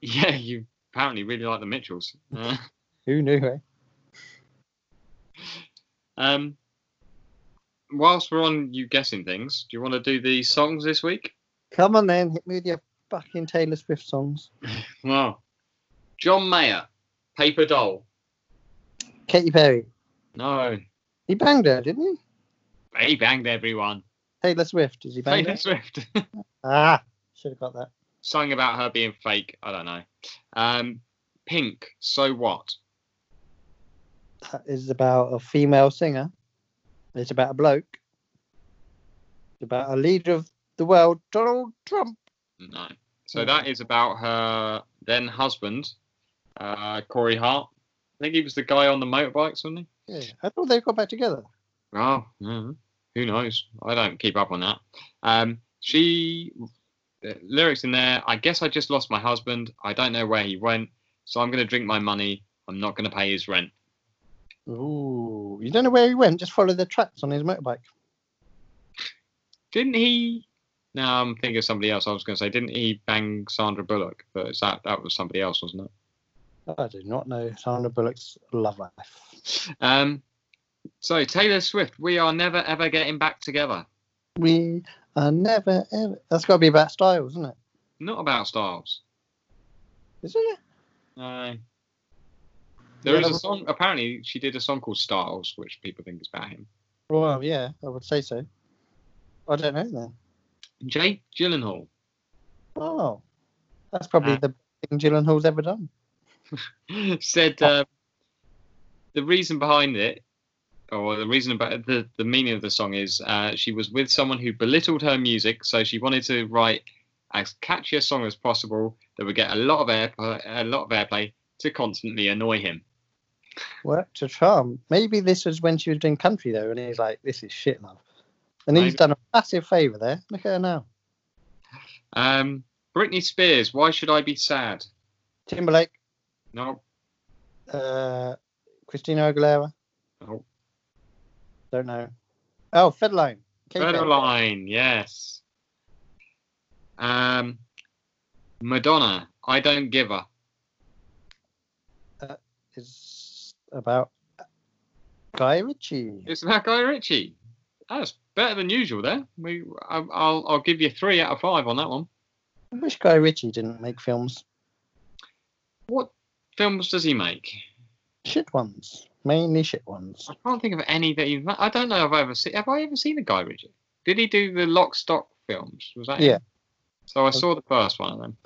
Yeah, you apparently really like the Mitchells. Uh, Who knew, eh? Um, whilst we're on you guessing things, do you want to do the songs this week? Come on then, hit me with your fucking Taylor Swift songs. Wow. John Mayer, Paper Doll. Katy Perry. No, He banged her, didn't he? he banged everyone. Taylor Swift, is he banged Taylor her? Swift. Ah, should have got that. Something about her being fake. I don't know. Um, Pink, So What? That is about a female singer. It's about a bloke. It's about a leader of the world, Donald Trump. No. So that is about her then husband, uh, Corey Hart. I think he was the guy on the motorbikes, wasn't he? Yeah, I thought they got back together. Oh, yeah. who knows? I don't keep up on that. Um, she the lyrics in there. I guess I just lost my husband. I don't know where he went, so I'm gonna drink my money. I'm not gonna pay his rent. Ooh, you don't know where he went. Just follow the tracks on his motorbike. Didn't he? No, I'm thinking of somebody else. I was gonna say, didn't he bang Sandra Bullock? But it's that that was somebody else, wasn't it? I do not know Sandra Bullock's love life. Um, so Taylor Swift, we are never ever getting back together. We are never ever. That's got to be about Styles, isn't it? Not about Styles. Is it? No. There Yeah, is that a was- song. Apparently, she did a song called Styles, which people think is about him. Well, yeah, I would say so. I don't know then. Jake Gyllenhaal. Oh, that's probably Ah. the best thing Gyllenhaal's ever done. said uh, the reason behind it, or the reason about the, the meaning of the song is uh, she was with someone who belittled her music, so she wanted to write as catchy a song as possible that would get a lot of air a lot of airplay to constantly annoy him. Worked a charm. Maybe this was when she was doing country though, and he's like, "This is shit, love." And he's Maybe. done a massive favour there. Look at her now. Um, Britney Spears, why should I be sad? Timberlake, No, uh, Christina Aguilera. no. Don't know. Oh, Fedline. Kate Better line, yes. Um, Madonna, I don't give a. is about Guy Ritchie. It's that guy Ritchie. That's better than usual. There, we. I, I'll I'll give you three out of five on that one. I wish Guy Ritchie didn't make films. What films does he make? Shit ones. Mainly shit ones. I can't think of any that he's. ma- I don't know if I ever seen. Have I ever seen a Guy Ritchie? Did he do the Lock Stock films? Was that him? Yeah. So I saw the first one of them.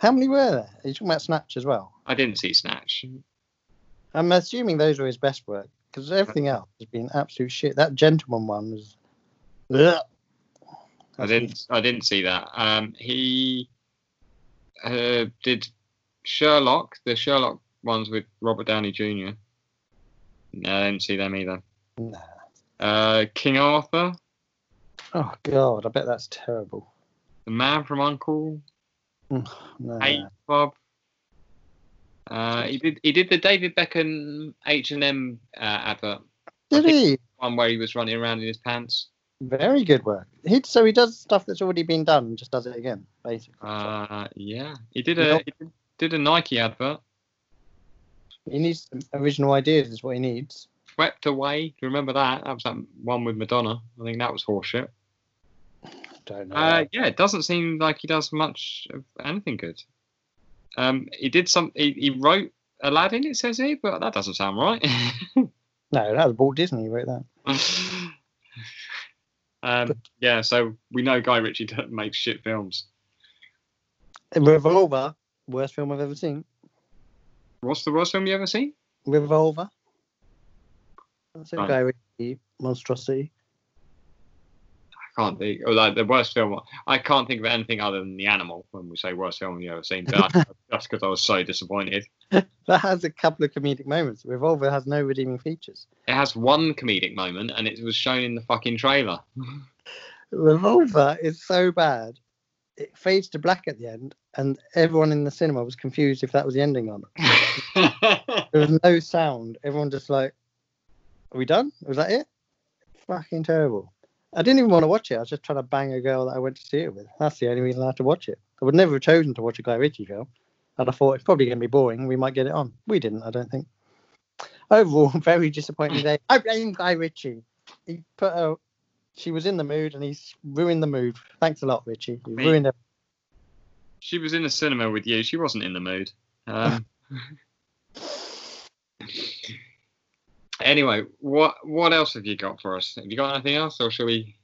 How many were there? Are you talking about Snatch as well? I didn't see Snatch. I'm assuming those were his best work because everything else has been absolute shit. That gentleman one was. Ugh. I didn't. I didn't see that. Um, he uh, did Sherlock, the Sherlock ones with Robert Downey Jr. No, I didn't see them either. Nah. Uh, King Arthur, Oh god, I bet that's terrible. Mm, The Man from Uncle, No. Eight Club. Uh, he did. He did the David Beckham H and M uh, advert, Did he? one where he was running around in his pants. Very good work. He so he does stuff that's already been done, and just does it again, basically. Uh, yeah, he did a Nope. he did- did a Nike advert. he needs some original ideas, is what he needs. Swept away. Do you remember that? That was that one with Madonna. I think that was horseshit. Don't know. Uh, yeah, it doesn't seem like he does much of anything good. Um, he did some. He, he wrote Aladdin. It says here, but that doesn't sound right. no, that was Walt Disney who wrote that. um, yeah, so we know Guy Ritchie don't- makes shit films. Revolver, worst film I've ever seen. What's the worst film you ever seen? Revolver. That's a Right. Guy Ritchie monstrosity. I can't think. Or like the worst film. I can't think of anything other than The Animal when we say worst film you ever seen. But that's because I was so disappointed. That has a couple of comedic moments. Revolver has no redeeming features. It has one comedic moment, and it was shown in the fucking trailer. Revolver is so bad. It fades to black at the end, and everyone in the cinema was confused if that was the ending or not. There was no sound. Everyone just like, "Are we done? Was that it?" Fucking terrible. I didn't even want to watch it. I was just trying to bang a girl that I went to see it with. That's the only reason I had to watch it. I would never have chosen to watch a Guy Ritchie film, and I thought it's probably going to be boring. We might get it on. We didn't. I don't think. Overall, very disappointing day. I blame Guy Ritchie. He put her. She was in the mood, and he's ruined the mood. Thanks a lot, Ritchie. You Me- ruined it. She was in the cinema with you. She wasn't in the mood. Um, anyway, what what else have you got for us? Have you got anything else, or shall we?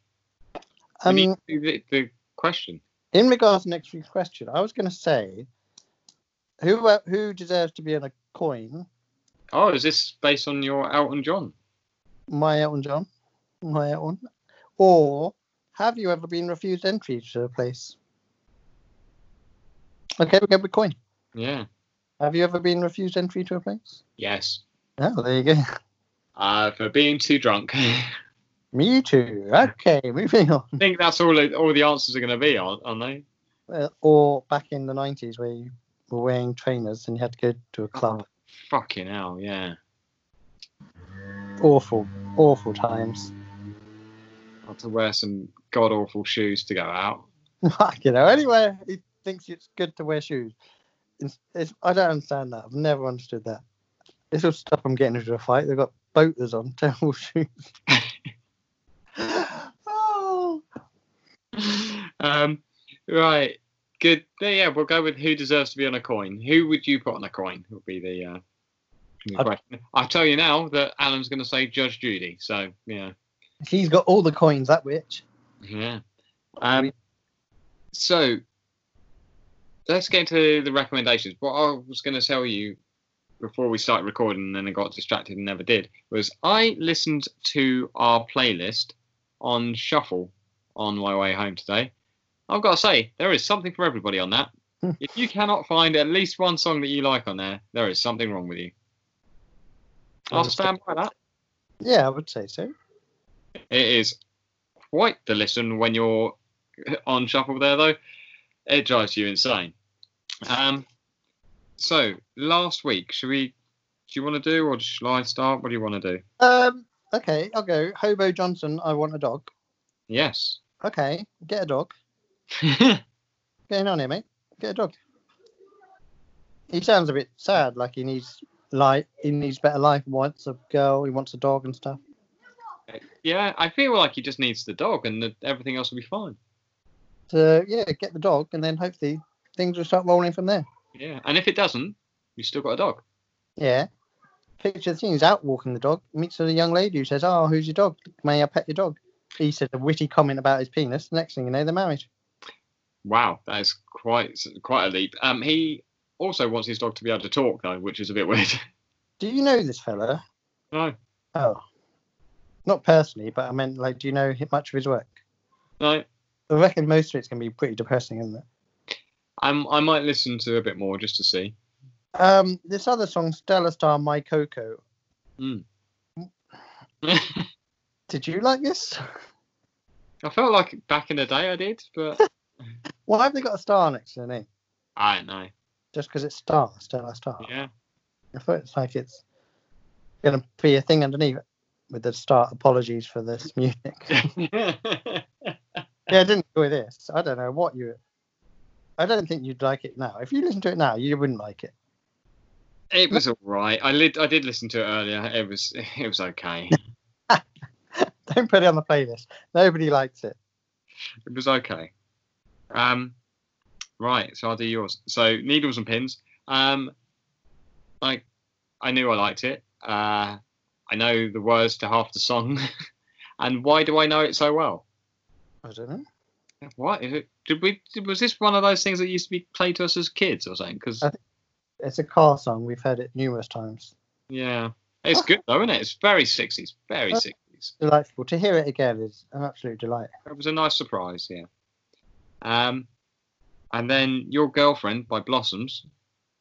Um, we need to do the, the question. in regards to next week's question, I was going to say, who uh, who deserves to be on a coin? Oh, is this based on your Elton John? My Elton John, my Elton, or have you ever been refused entry to a place? Okay, we go with coin. Yeah. Have you ever been refused entry to a place? Yes. Oh, there you go. Uh, for being too drunk. I Me too. Okay, moving on. think that's all. it- All the answers are going to be, aren't, aren't they? Uh, or back in the nineties where you were wearing trainers and you had to go to a club. Fucking hell, yeah. Awful, awful times. Had to wear some god awful shoes to go out. you know, anyway, he thinks it's good to wear shoes. It's, it's, I don't understand that. I've never understood that. This will stop them getting into a fight. They've got boaters on, terrible shoes. oh, um, right. Good. There, yeah, we'll go with who deserves to be on a coin. Who would you put on a coin? Would be the, uh, the I'd- question. I tell you now that Alan's going to say Judge Judy. So yeah, he's got all the coins, that witch. yeah. Um, so let's get into the recommendations. What I was going to tell you before we started recording, and then I got distracted and never did, was I listened to our playlist on shuffle on my way home today. I've got to say, there is something for everybody on that. if you cannot find at least one song that you like on there, there is something wrong with you. I'll stand by that. Yeah, I would say so. It is quite the listen when you're on shuffle there, though. It drives you insane. Um, so last week, should we? Do you want to do, or shall I start? What do you want to do? Um, okay, I'll go. Hobo Johnson, I want a dog. Yes. Okay, get a dog. Getting on here, mate. Get a dog. He sounds a bit sad, like he needs life. He needs better life. He wants a girl. He wants a dog and stuff. yeah, I feel like he just needs the dog, and the, everything else will be fine. So yeah, get the dog, and then hopefully things will start rolling from there. Yeah, and if it doesn't, you still got a dog. Yeah. Picture the thing, he's out walking the dog, meets a young lady who says, Oh, who's your dog? May I pet your dog? He said a witty comment about his penis. Next thing you know, they're married. Wow, that is quite quite a leap. Um, he also wants his dog to be able to talk though, which is a bit weird. Do you know this fella? no, Oh. Not personally, but I meant, like, do you know hi- much of his work? no. I reckon most of it's going to be pretty depressing, isn't it? I'm, I might listen to a bit more just to see. Um, this other song, Stella Star My Coco. I Did you like this? felt like back in the day I did, but Why have they got a star next to the name? I don't know. Just because it's star, Stella Star. Yeah, I thought it's like it's going to be a thing underneath it with the star. Apologies for this music. yeah, I didn't enjoy this. I don't know what you. I don't think you'd like it now. If you listen to it now, you wouldn't like it. it was all right. I lit I did listen to it earlier. It was it was okay. Don't put it on the playlist. Nobody likes it. It was okay. Um, right, so I'll do yours. So needles and pins. Um, like I knew I liked it. Uh, I know the words to half the song, and why do I know it so well? I don't know. What is it? Did we? did- Was this one of those things that used to be played to us as kids or something? Because I- It's a car song. We've heard it numerous times. yeah, it's good though, isn't it? It's very sixties, very Uh, sixties. Delightful to hear it again is an absolute delight. It was a nice surprise, yeah. Um, and then Your Girlfriend by Blossoms.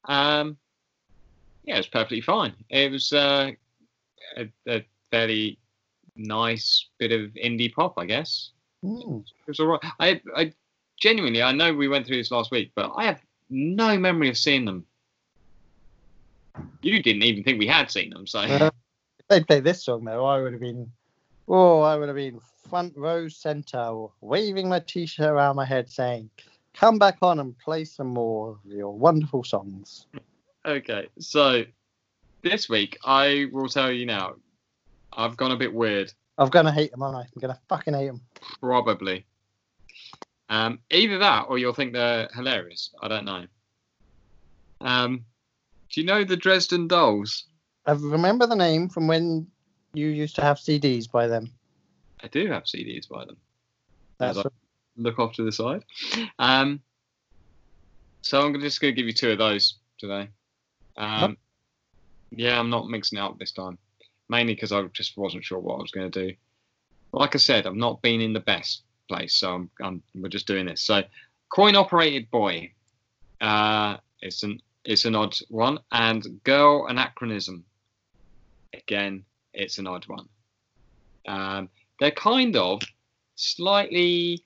Um, yeah, it was perfectly fine. It was uh, a, a fairly nice bit of indie pop, I guess. Mm. It was all right. I, I genuinely, I know we went through this last week, but I have no memory of seeing them. You didn't even think we had seen them, so Uh, if they'd played this song though, I would have been. Oh, I would have been front row center, waving my t-shirt around my head, saying, "Come back on and play some more of your wonderful songs." Okay, so this week I will tell you now, I've gone a bit weird, I'm gonna hate them, aren't I? I'm gonna fucking hate them. probably. Um, either that or you'll think they're hilarious. I don't know. Um, do you know the Dresden Dolls? I remember the name from when you used to have CDs by them. I do have CDs by them. That's As I look off to the side. Um, so I'm gonna- just going to give you two of those today. Um, yeah, I'm not mixing it up this time, mainly because I just wasn't sure what I was going to do. Like I said, I've not been in the best place, so I'm, I'm we're just doing this. So, coin operated boy, uh, it's an it's an odd one, and girl anachronism. Again, it's an odd one. Um, they're kind of slightly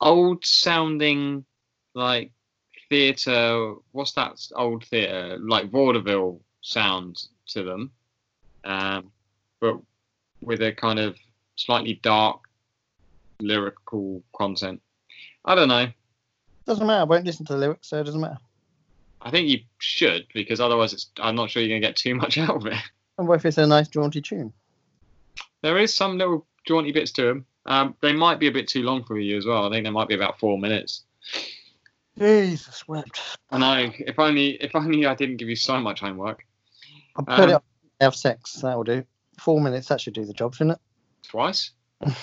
old sounding like theatre what's that old theatre like vaudeville sound to them um, but with a kind of slightly dark lyrical content i don't know doesn't matter. I won't listen to the lyrics, so it doesn't matter. i think you should because otherwise it's, i'm not sure you're going to get too much out of it And what if it's a nice jaunty tune? there is some little jaunty bits to them um, they might be a bit too long for you as well i think they might be about four minutes Jesus wept. I know. If only, if only I didn't give you so much homework I'll put Um, it on have sex. That'll do. Four minutes. That should do the job, shouldn't twice, it?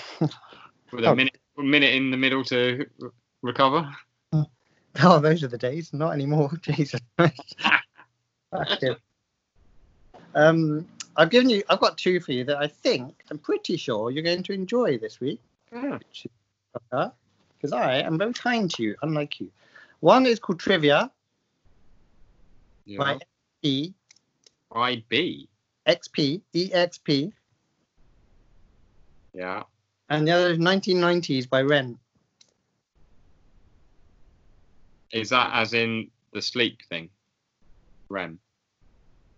with a Oh. minute, a minute in the middle to re- recover. oh, those are the days. Not anymore. Jesus. Fuck it. Um, I've given you. I've got two for you that I think I'm pretty sure you're going to enjoy this week. because I am very kind to you, unlike you. One is called Trivia Yeah. by E. IB. XP, EXP, Yeah. and the other is 1990s by Ren. Is that as in the sleep thing? Rem.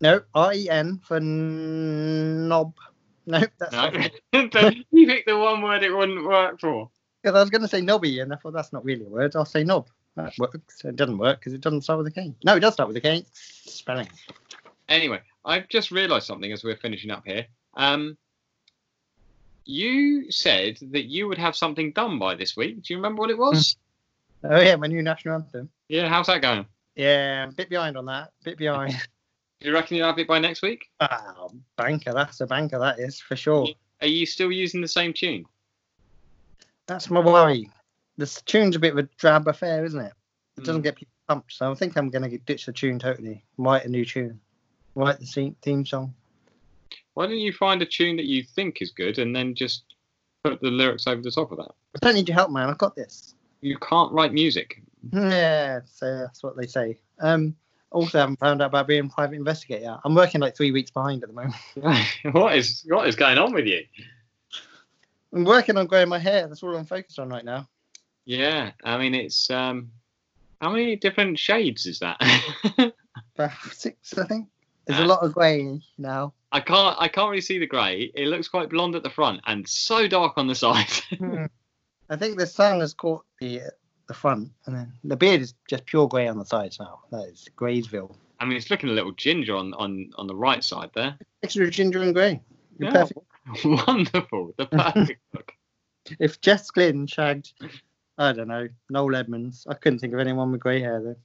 No, R E N for knob. No, that's No. not it. you picked the one word it wouldn't work for. 'Cause I was going to say knobby, and I thought that's not really a word. I'll say knob. That works. It doesn't work because it doesn't start with a K. No, it does start with a K. Spelling. Anyway, I've just realised something as we're finishing up here. Um, you said that you would have something done by this week. Do you remember what it was? Oh yeah, my new national anthem. yeah, how's that going? Yeah, I'm a bit behind on that. Bit behind. Do you reckon you'll have it by next week? Ah, banker. That's a banker. That is for sure. Are you still using the same tune? That's my worry. This tune's a bit of a drab affair, isn't it? It doesn't Mm. get people pumped. So I think I'm going to ditch the tune totally. Write a new tune. Write the se- theme song. Why don't you find a tune that you think is good and then just put the lyrics over the top of that? I don't need your help, man. I've got this. You can't write music. Yeah, so that's what they say. Um, also, haven't found out about being a private investigator. yet. I'm working like three weeks behind at the moment. what is what is going on with you? I'm working on growing my hair. That's all I'm focused on right now. Yeah, I mean it's um, how many different shades is that? About six, I think. There's a lot of grey now. I can't I can't really see the grey. It looks quite blonde at the front and so dark on the side. Hmm. I think the sun has caught the the front, and then the beard is just pure grey on the sides now. That is Greysville. I mean it's looking a little ginger on on on the right side there. Extra ginger and grey. You're Yeah. perfect. Wonderful, the perfect look. If Jess Glynn shagged, I don't know, Noel Edmonds. I couldn't think of anyone with grey hair though.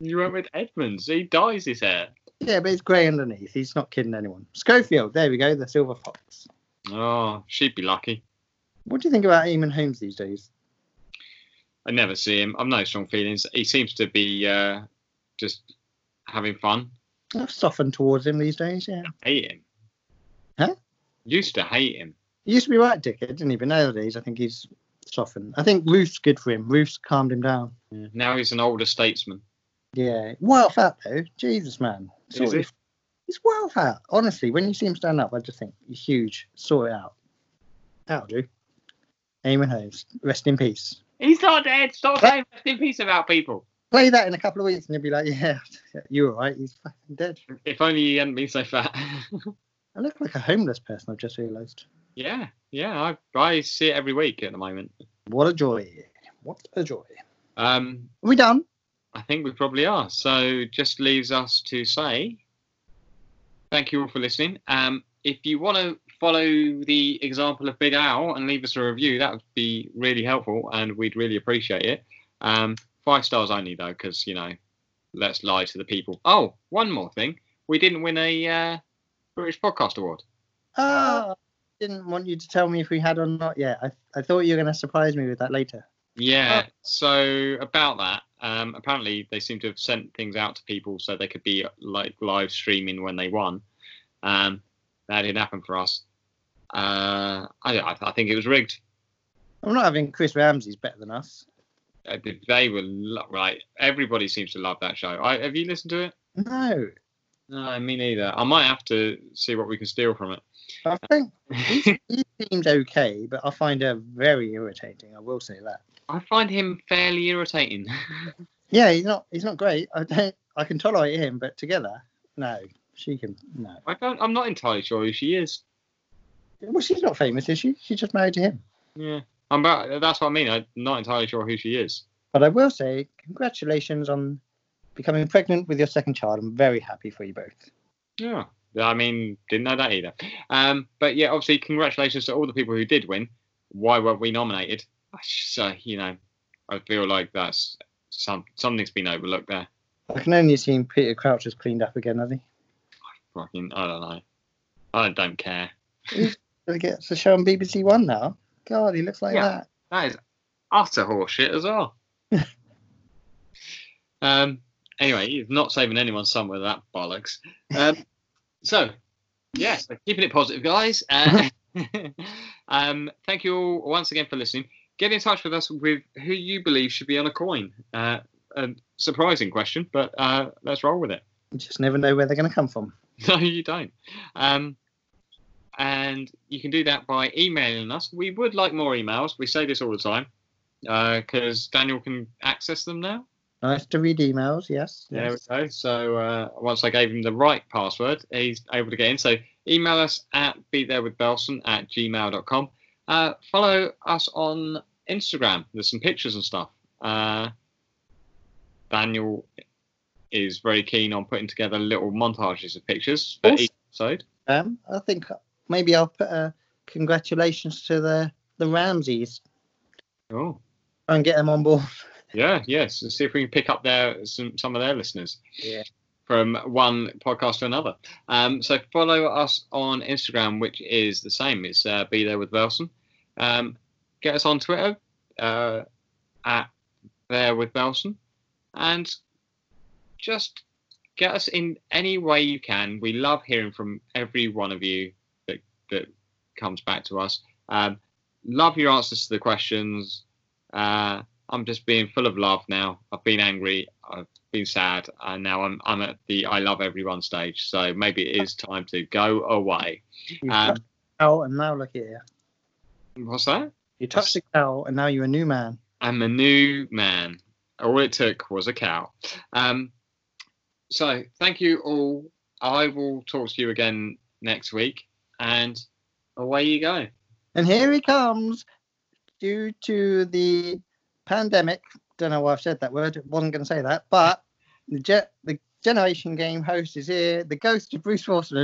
You went with Edmonds. He dyes his hair. Yeah, but it's grey underneath. He's not kidding anyone. Schofield, there we go, the silver fox. Oh, she'd be lucky. What do you think about Eamon Holmes these days? I never see him. I've no strong feelings. He seems to be uh, just having fun. I've softened towards him these days, yeah. Hate him. Huh? Used to hate him. He used to be right, dickhead, didn't he? But nowadays, I think he's softened. I think Roof's good for him. Roof's calmed him down. Now he's an older statesman. Yeah. Well fat, though. Jesus, man. Is Sort he? of- He's well fat. Honestly, when you see him stand up, I just think, you're huge. Sort it out. That'll do. Eamon Holmes, rest in peace. He's not dead. Stop saying rest in peace about people. Play that in a couple of weeks and you'll be like, yeah, you were right. He's fucking dead. If only he hadn't been so fat. I look like a homeless person, I've just realised. yeah, yeah. I, I see it every week at the moment. What a joy. What a joy. Um, Are we done? I think we probably are. So just leaves us to say thank you all for listening. Um, if you want to follow the example of Big Owl and leave us a review, that would be really helpful and we'd really appreciate it. Um, five stars only though, because you know, let's lie to the people. Oh, one more thing: we didn't win a uh, British Podcast Award. Ah, didn't want you to tell me if we had or not yet. I, I thought you were going to surprise me with that later. Yeah. So about that, um, apparently they seem to have sent things out to people so they could be like live streaming when they won. Um, that didn't happen for us. Uh, I, I I think it was rigged. I'm not having Chris Ramsey's better than us. Uh, They were lo- right. Everybody seems to love that show. I, have you listened to it? No, No, me neither. I might have to see what we can steal from I think it. he seems okay, but I find her very irritating. I will say that. I find him fairly irritating. Yeah, he's not he's not great. I don't I can tolerate him, but together, no, she can no. I don't. I'm not entirely sure who she is. Well, she's not famous, is she? She's just married to him. Yeah. I'm about, that's what I mean. I'm not entirely sure who she is. But I will say, congratulations on becoming pregnant with your second child. I'm very happy for you both. Yeah. I mean, didn't know that either. Um, but yeah, obviously, congratulations to all the people who did win. Why weren't we nominated? I just, uh, you know, I feel like that's some something's been overlooked there. I can only assume Peter Crouch has cleaned up again, has he? Fucking, I don't know. I don't care. He gets a show on BBC One now. God, he looks like Yeah. that. That is utter horseshit as well. um, anyway, he's not saving anyone somewhere that bollocks. Um, so, yes, keeping it positive, guys. Uh, um, thank you all once again for listening. Get in touch with us with who you believe should be on a coin. Uh, a surprising question, but uh, let's roll with it. You just never know where they're going to come from. No, you don't. Um, and you can do that by emailing us. We would like more emails. We say this all the time because Daniel can access them now. Nice to read emails. Yes. There yes. we go. So uh, once I gave him the right password, he's able to get in. So email us at be there with Belson at gmail.com. Uh, follow us on Instagram. There's some pictures and stuff. Uh, Daniel is very keen on putting together little montages of pictures for Awesome. each episode. Um, I think maybe I'll put uh, congratulations to the the Ramses Oh, and get them on board. yeah, yes. Let's see if we can pick up their some some of their listeners. Yeah. from one podcast to another. Um, so follow us on Instagram, which is the same. It's uh, be there with Belson. Um, get us on Twitter uh, at there with Belson, and just get us in any way you can. We love hearing from every one of you that that comes back to us. Um, love your answers to the questions. Uh, I'm just being full of love now. I've been angry. I've been sad, and now I'm I'm at the I love everyone stage. So maybe it is time to go away. You Um, touched the cow and now look at you. What's that? You touched the cow and now you're a new man. I'm a new man. All it took was a cow. Um, so thank you all. I will talk to you again next week, and away you go. And here he comes. Due to the pandemic, don't know why I've said that word. wasn't going to say that, but the jet the Generation Game host is here. The ghost of Bruce Wilson.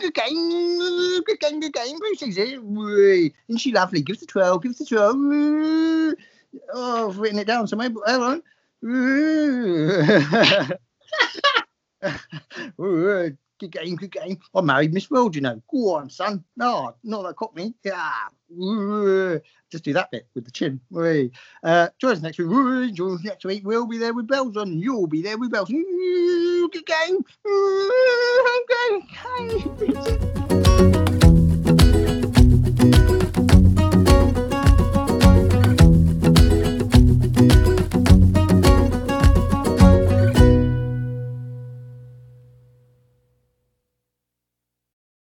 Good game, good game, good game. Bruce is here. Whee. Isn't she lovely? Give us a twelve. Give us a twelve. Whee. Oh, I've written it down somewhere. But hold on. Whee. Whee good game, good game. I married Miss World, you know. Go on, son. No, not that cockney. Yeah. Woo. Just do that bit with the chin. Woo. Uh, join us next week. Woo. Join us next week. We'll be there with bells on. You'll be there with bells. Woo. Good game. Woo. Good game.